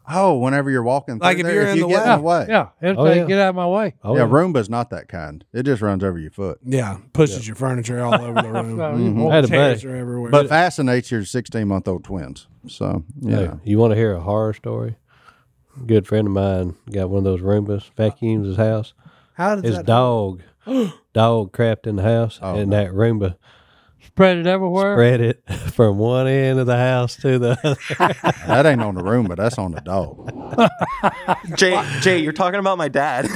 Oh, whenever you're walking,
Like
through
if
there,
you're in
you
the
get
way.
in the way,
Yeah. It'll
Oh,
say,
yeah.
get out of my way.
Oh
yeah,
yeah.
Roomba's not that kind. It just runs over your foot.
Yeah, pushes your furniture all over the room.
So, you
I had a
Chairs
buddy.
are everywhere.
But fascinates your 16 month old twins. So yeah,
Hey, you want to hear a horror story? Good friend of mine got one of those Roombas, vacuums his house.
how does
His
that?
dog, dog crapped in the house,
Oh,
and that Roomba
Spread it everywhere.
spread it from one end of the house to the other.
that ain't on the Roomba. That's on the dog.
Jay, Jay, you're talking about my dad.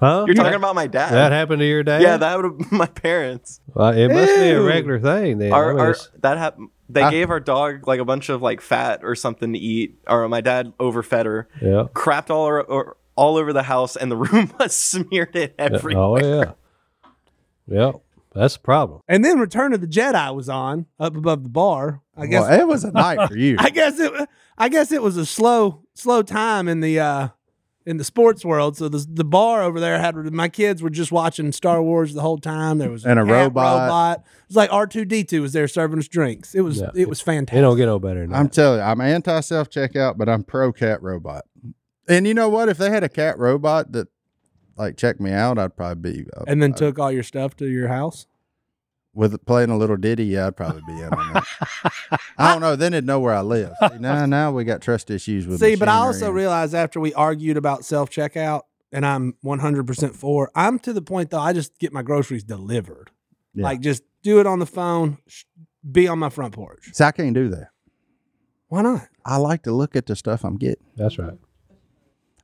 Huh?
You're talking about my dad.
that happened to your dad?
yeah, that would have my parents.
Well, it must be a regular thing then. I
Our,
mean,
our
it's-
that happened. They
Ah.
gave our dog like a bunch of like fat or something to eat. Or my dad overfed her,
yeah.
crapped all over, or, all over the house, and the room was smeared it everywhere.
Oh yeah. Yep. That's the problem.
and then Return of the Jedi was on up above the bar. I guess.
well, it was a night for you.
I guess it. I guess it was a slow, slow time in the uh, in the sports world. So the the bar over there had my kids were just watching Star Wars the whole time. There was
And a
cat
robot.
robot. It was like R two D two was there serving us drinks. It was
Yeah.
it was
It
fantastic.
don't get no better than that.
I'm telling you, I'm anti self checkout, but I'm pro cat robot. And you know what? If they had a cat robot that like checked me out, I'd probably be uh,
and then took all your stuff to your house.
with playing a little ditty. Yeah, I'd probably be in. On that. I don't know. Then they'd know where I live. See, now, now we got trust issues with.
See, but I
machinery
also
and-
realized after we argued about self checkout, and I'm 100 percent for. I'm to the point though. I just get my groceries delivered.
Yeah.
Like just do it on the phone. sh- Be on my front porch.
See, I can't do that.
Why not?
I like to look at the stuff I'm getting.
That's right.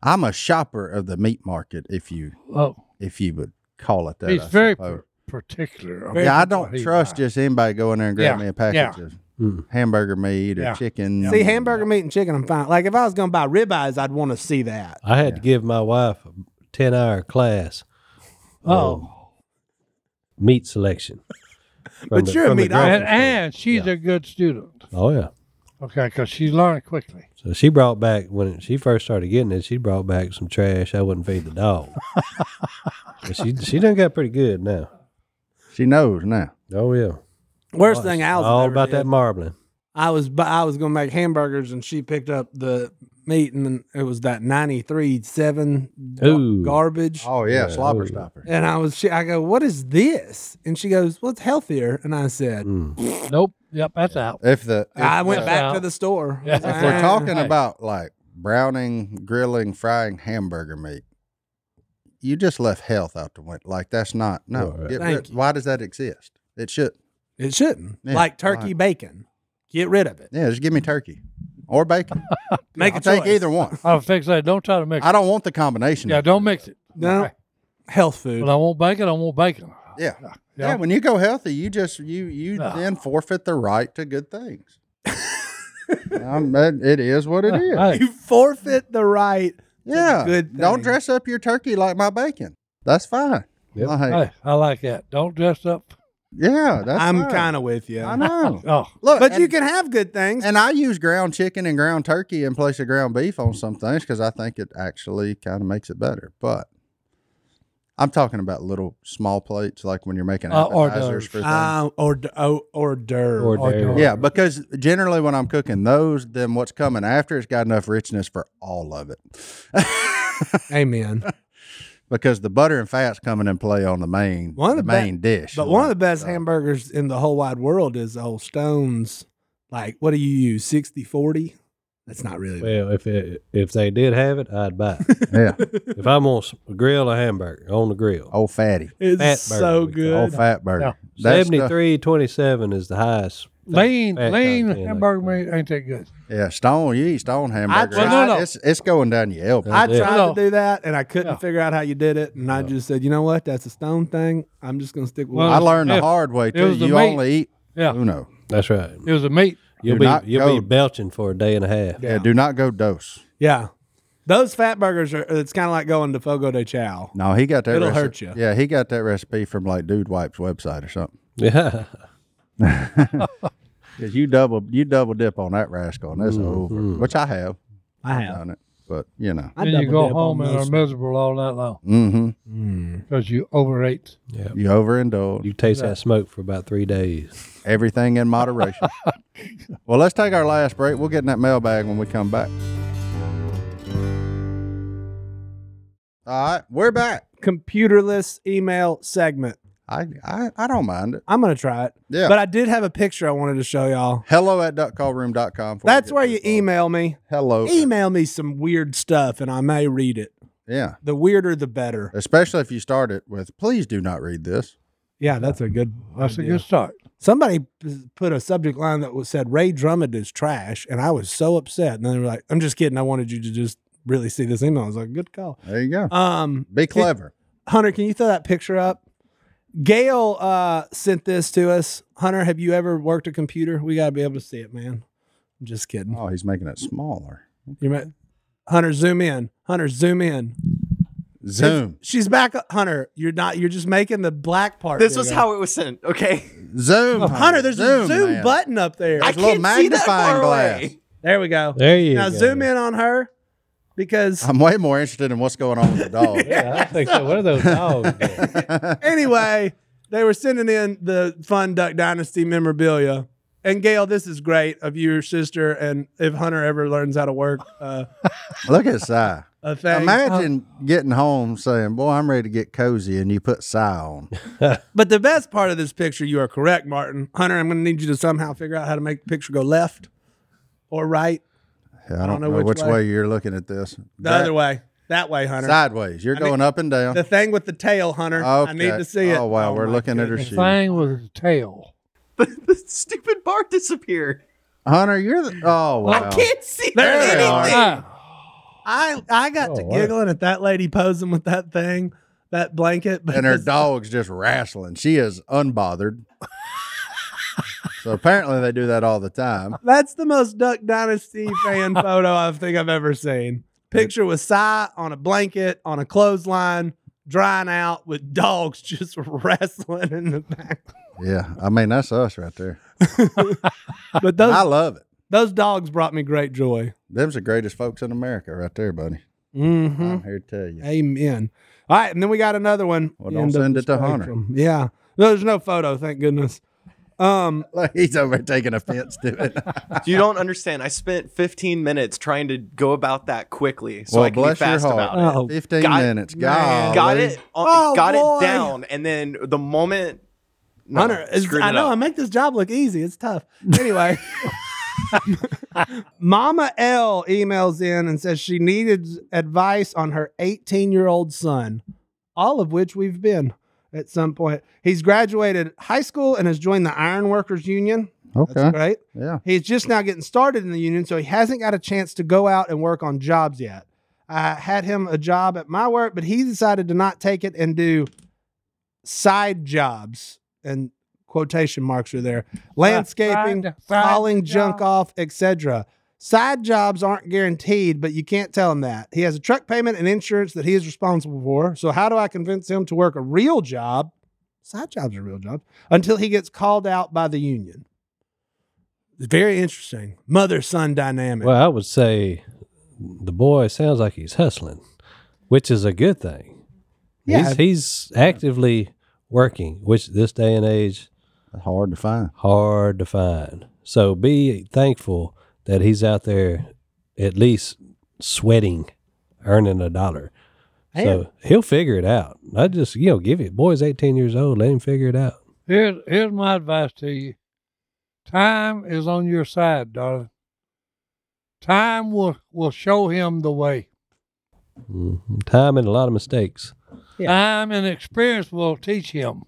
I'm a shopper of the meat market. If you
Oh,
if you would call it that.
he's
I
very
suppose.
par- particular. about
yeah, I
what
don't
he
trust
buys.
just anybody going there and grab
Yeah,
me a package
yeah.
of
Mm.
hamburger meat or
Yeah.
chicken.
See, hamburger meat and chicken, I'm fine. Like if I was gonna buy ribeyes, I'd want to see that.
I had to give my wife a 10 hour class.
Oh.
on Meat selection. From
you're a
from
meat eye.
grocery
and,
store.
and she's a good student.
Oh, yeah.
Okay, because she learned quickly.
So she brought back, when she first started getting it, she brought back some trash I wouldn't feed the dog. but she, she done got pretty good now.
She knows now.
Oh, yeah.
Worst thing I was
All about that marbling.
I was bu- I was gonna make hamburgers, and she picked up the meat, and then it was that 93 seven ga-
Ooh.
garbage.
Oh yeah, slobber
oh, yeah.
stopper.
And I was, she, I go, what is this? And she goes, well, it's healthier. And I said,
Mm.
Nope. Yep, that's out.
If the if,
I went
the-
back
Yeah.
to the store.
Yeah.
I was like,
If we're
"Ah."
talking
Hey.
about like browning, grilling, frying hamburger meat, you just left health out the window. Like that's not no.
Right.
Get
Thank
rid-
you.
why does that exist? It should.
it shouldn't.
Yeah,
like turkey
right.
bacon, get rid of it.
Yeah, just give me turkey or bacon.
Make
I'll
a
take
choice.
either one.
I'll fix that. Don't try to mix
I don't want the combination.
it. Yeah, don't mix it.
No health food.
But I won't bacon. I won't bacon.
Yeah.
Yeah.
Yeah. when you go healthy, you just you you
Ah.
then forfeit the right to good things. um, it it is what it is.
Hey,
you forfeit the right.
yeah,
good
Don't
thing.
dress up your turkey like my bacon. That's fine.
Yep.
Like,
hey, I like that. Don't dress up.
yeah, that's.
I'm
fine.
kind of with you.
I know.
Oh,
Look,
But you
and-
can have good things.
And I use ground chicken and ground turkey in place of ground beef on some things because I think it actually kind of makes it better. But I'm talking about little small plates, like when you're making
Uh, hors
appetizers for things.
Uh, or or or d'oeuvre.
Or
Or
dairy.
dairy.
Yeah, because generally when I'm cooking those, then what's coming after it's got enough richness for all of it.
Oh, Amen.
because the butter and fat's coming in play on the main
One of
the
the be-
main dish.
But one of the best
So-
hamburgers in the whole wide world is the old Stones. Like, what do you use? 60 40? That's not really.
Well, if it, if they did have it, I'd buy it.
yeah,
if I'm on s- grill a hamburger on the grill,
old fatty,
It's
Fat burger.
so
It's
old
good.
fat burger. That stuff-
73 27 is the highest.
lean,
fat
lean
content, like
hamburger
that.
meat ain't that good.
Yeah, stone. You eat stone hamburger.
tried-
Well, no, no.
It's it's going down your elbow.
I
That's it.
tried
No.
to do that and I couldn't
Yeah.
figure out how you did it. And I just said, you know what? That's a Stone thing. I'm just going to stick with
Well,
I learned
Yeah.
the hard way too.
was the
You
meat.
only eat
Yeah.
uno.
That's right.
It was a meat.
You'll
Do
be
not
you'll
go-
be belching for a day and a half.
Yeah. do not go dose.
Yeah. Those fat burgers are, it's kind of like going to Fogo de Chao.
No, he got that.
It'll
recipe.
hurt you.
Yeah, he got that recipe from like Dude Wipe's website or something.
Yeah.
Because you double you double dip on that rascal, and that's over. Which I have.
I have.
Done it. but you know.
I
then you
double
go
dip
home
on
and are
most.
miserable all night long
Mm-hmm.
because you overate.
You overindulge.
You taste that smoke for about three days.
Everything in moderation. well, let's take our last break. We'll get in that mailbag when we come back. All right, we're back.
computerless email segment.
I I, I don't mind it.
I'm gonna try it.
Yeah.
But I did have a picture I wanted to show y'all.
Hello at duckcallroom.com. before
That's
we get
where
too
you
far.
email me.
Hello.
Email me some weird stuff and I may read it.
Yeah.
The weirder the
Uh,
better.
Especially if you start it with, please do not read this.
Yeah, that's a good
That's a good start.
Somebody p- put a subject line that was said Ray Drummond is trash and I was so upset. And then they were like, I'm just kidding. I wanted you to just really see this email. I was like, good call.
There you go.
Um
Be clever.
Hunter, can you throw that picture up? Gail uh, sent this to us. Hunter, have you ever worked a computer? We got to be able to see it, man. I'm just kidding.
Oh, he's making it smaller.
You might, Hunter, zoom in. Hunter, zoom in.
Zoom.
She's back. up- Hunter, you're not. You're just making the black part.
This was
bigger.
how it was sent. Okay,
Zoom.
Oh, Hunter, there's a zoom
man.
button up there.
I
There's a little
can't see that
magnifying
far
glass.
away.
there we go.
There you
now
go.
zoom in on her because
I'm way more interested in what's going on with the dog.
Yeah, I think so. What are those dogs? doing?
anyway, they were sending in the fun Duck Dynasty memorabilia. And Gail, this is great of your sister. And if Hunter ever learns how to work uh,
Look at Si.
a thing,
Imagine getting home saying, Boy, I'm ready to get cozy, and you put Si on.
But the best part of this picture, you are correct, Martin. Hunter, I'm going to need you to somehow figure out how to make the picture go left or right.
I don't, know, which, way. you're looking at this.
The other way. That way, Hunter.
Sideways. You're going up and down.
The thing with the tail, Hunter. I need
Okay.
to see it.
Oh, wow. We're
my
looking at her
goodness.
shoe.
Thing with the tail.
The, the stupid bar disappeared.
Hunter, you're the. Oh, wow.
I can't see
There
anything.
they are.
Ah,
I, I got to
Oh, wow.
giggling at that lady posing with that thing, that blanket.
and her
because-
dog's just wrestling. She is unbothered. so apparently they do that all the time.
That's the most Duck Dynasty fan photo I think I've ever seen. Picture with Cy on a blanket, on a clothesline, drying out with dogs just wrestling in the back.
Yeah, I mean that's us right there.
But
And I
those
love it.
those dogs brought me great joy.
Them's the greatest folks in America right there, buddy.
Mm-hmm.
I'm here to tell you.
Amen. All right, and then we got another one.
Well, don't
End of
send
the
it to Hunter.
spectrum. Yeah. No, there's no photo, thank goodness. Um,
Like he's over taking offense to it.
You don't understand. I spent 15 minutes trying to go about that quickly, so
Well,
I can be
bless your
fast
heart.
about it.
oh,
Fifteen
Got it.
minutes.
Man.
God,
got it, on,
Oh,
got
boy.
it down, and then the moment no,
Hunter, it's-
screwed
I
it
know I
up.
make this job look easy. It's tough. Anyway, Mama L emails in and says she needed advice on her 18 year old son, all of which we've been at some point. He's graduated high school and has joined the Ironworkers Union.
Okay.
Right?
Yeah.
He's just now getting started in the union, so he hasn't got a chance to go out and work on jobs yet. I had him a job at my work, but he decided to not take it and do side jobs. And quotation marks are there. Landscaping,
Side- side
hauling
job.
junk off, etc. Side jobs aren't guaranteed, but you can't tell him that. He has a truck payment and insurance that he is responsible for. So how do I convince him to work a real job? Side jobs are real jobs until he gets called out by the union. Very interesting. Mother son dynamic.
Well, I would say the boy sounds like he's hustling, which is a good thing.
Yeah.
He's, he's actively working, which this day and age
Hard to find.
hard to find. So be thankful that he's out there at least sweating, earning a dollar. So he'll figure it out. I just you know give it. Boy's eighteen years old. Let him figure it out.
here's, here's my advice to you. Time is on your side, darling. Time will, will show him the way.
Mhm. Time and a lot of mistakes.
Time and experience will teach him.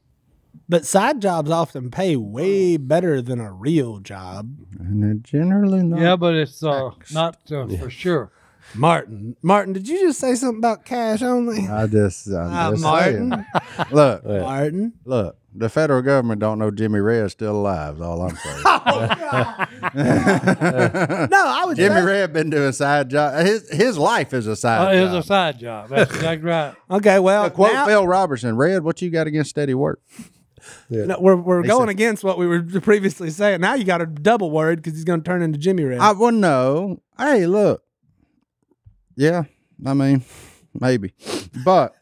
But side jobs often pay way better than a real job.
And they're generally not.
Uh-huh.
Yeah, but it's uh, not uh, for sure.
Martin, Martin, did you just say something about cash only?
I just,
Ah,
I'm just
Martin.
saying. Look,
Martin.
look. The federal government don't know Jimmy Ray is still alive. Is all I'm saying.
No, I was
Jimmy
just-
Ray been doing side job. His his life is a
Uh,
side
it's
job.
a side job. That's exactly right.
Okay, well,
Uh, quote
now-
Phil Robertson. Red, what you got against steady work?
no, we're, we're
They
going
said-
against what we were previously saying. Now you got a double word because he's going to turn into Jimmy Red.
I well no. Hey, look. Yeah, I mean, maybe. But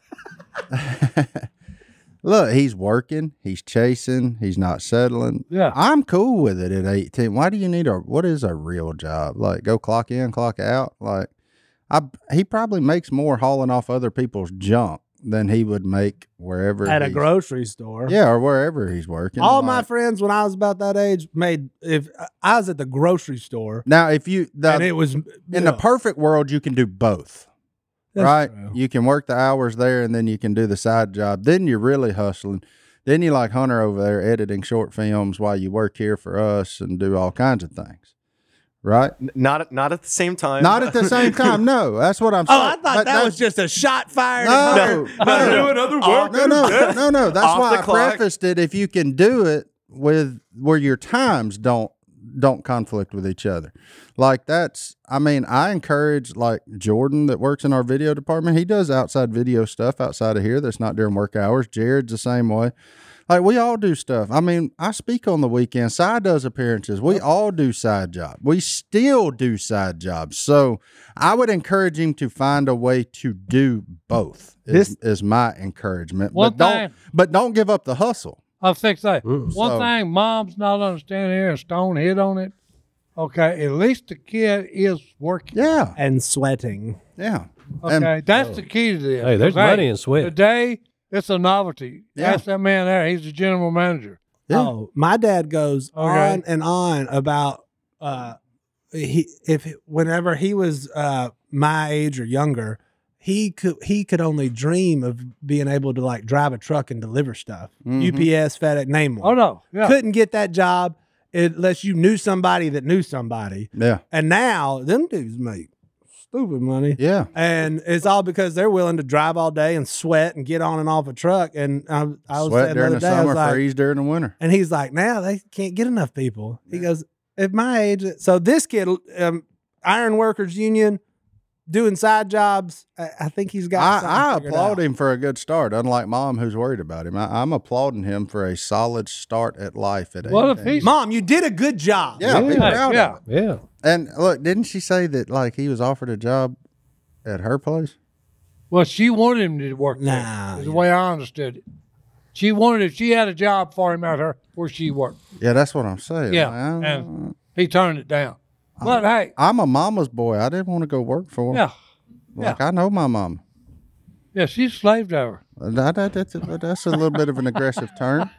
look, he's working, he's chasing, he's not settling.
Yeah.
I'm cool with it at 18. Why do you need a what is a real job? Like go clock in, clock out. Like I he probably makes more hauling off other people's junk than he would make wherever
at a
he's-
grocery store.
Yeah, or wherever he's working.
All
Like,
my friends when I was about that age made if I was at the grocery store
Now, if you the,
and it was in
in the perfect world, you can do both. right? You can work the hours there and then you can do the side job. Then you're really hustling. Then you like Hunter over there editing short films while you work here for us and do all kinds of things. Right?
N- Not at- not at the same time.
Not at the same time. No, that's what I'm saying.
Oh, I thought
But
that,
that's-
was just a shot fired. at Hunter.
no, no, no,
other
Oh, no, no, no, no. That's
Off
why
the
I
clock.
prefaced it. If you can do it with where your times don't don't conflict with each other, like that's. I mean, I encourage like Jordan that works in our video department. He does outside video stuff outside of here that's not during work hours. Jared's the same way. Like we all do stuff. I mean, I speak on the weekend. Si does appearances. We all do side job. We still do side jobs. So I would encourage him to find a way to do both. Is,
This-
is my encouragement.
One
but don't
thing-
but don't give up the hustle.
I'll fix that. One
So-
thing mom's not understanding here, and Stone hit on it. Okay, at least the kid is working.
Yeah,
and sweating.
yeah. And-
Okay, that's the key to this.
Oh. Hey, there's money in sweat.
Today, it's a novelty.
Yeah.
That's that man there. He's the general manager.
Yeah.
Oh, my dad goes
Okay.
on and on about uh, he if whenever he was uh, my age or younger, he could he could only dream of being able to like drive a truck and deliver stuff.
Mhm.
UPS, FedEx, name
Oh
one.
no, yeah,
Couldn't get that job unless you knew somebody that knew somebody.
Yeah.
And now them dudes make stupid money.
Yeah.
And it's all because they're willing to drive all day and sweat and get on and off a truck. And I, I was
Sweat
saying
during
the
the
other day, I was
summer,
like,
freeze during the winter.
and he's like, now they can't get enough people. He goes, at my age, so this kid, um, Iron Workers Union, doing side jobs. I, I think he's got.
I, I applaud him for a good start, unlike mom who's worried about him. I, I'm applauding him for a solid start at life at
Well, if
18.
he's-
Mom, you did a good job.
yeah, be
Yeah.
proud of
yeah.
him.
Yeah.
And look, didn't she say that like he was offered a job at her place?
Well, she wanted him to work.
Nah,
there, is the way I understood it. She wanted if she had a job for him at her where she worked.
Yeah, that's what I'm saying.
Yeah,
Like, I-
and he turned it down. But hey,
I'm a mama's boy. I didn't want to go work for. her.
yeah,
Like I know my mom.
yeah, she's a slave driver.
That, that- that's, a, that's a little bit of an aggressive turn,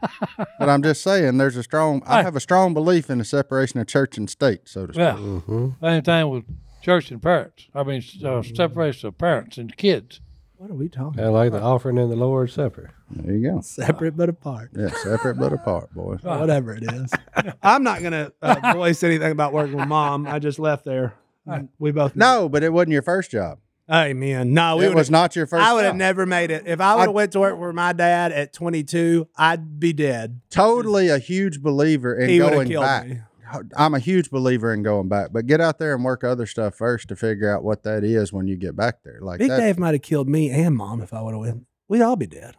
but I'm just saying there's a strong. I have a strong belief in the separation of church and state, so to speak.
Yeah,
Mm-hmm.
same thing with church and parents. I mean, uh, separation of parents and kids.
What are we talking?
Kind of like the offering in the Lord's Supper.
There you go.
Separate but apart.
Yeah, separate but apart, boy.
Whatever it is.
I'm not gonna uh, voice anything about working with mom. I just left there. We both
No, but it wasn't your first job.
Hey man,
Oh,
no, we
It
would.
was not your first.
I would have
job.
never made it if I would have went to work for my dad at 22. I'd be dead.
Totally a huge believer in
He would have
going
killed
back.
me.
I'm a huge believer in going back, but get out there and work other stuff first to figure out what that is when you get back there. Like
Big
that,
Dave might have killed me and Mom if I would have went. We'd all be dead.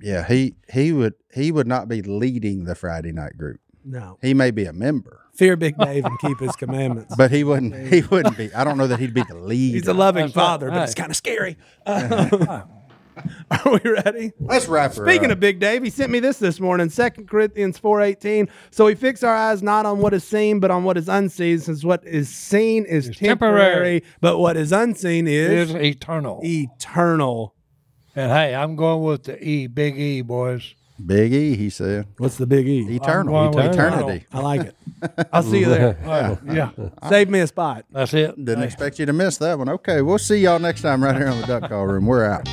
yeah, he he would he would not be leading the Friday night group.
No,
He may be a member.
fear Big Dave and keep his commandments.
But he wouldn't. He wouldn't be. I don't know that he'd be the lead.
He's a loving
That's right.
father, but it's
Hey.
kind of scary. Uh, are we ready?
Let's wrap her
Speaking
up.
of Big Dave, he sent me this this morning, 2 Corinthians 4.18. So we fix our eyes not on what is seen, but on what is unseen, since what is seen is temporary,
temporary.
but what is unseen is
It's eternal.
E
eternal.
And hey, I'm going with the E, big E, boys.
Big E, he said,
What's the big E?
eternal,
going with
eternity.
I like it.
I'll see you there.
Yeah,
Save me a spot.
that's it.
Didn't expect you to miss that one. Okay, we'll see y'all next time right here on the Duck Call Room. We're out.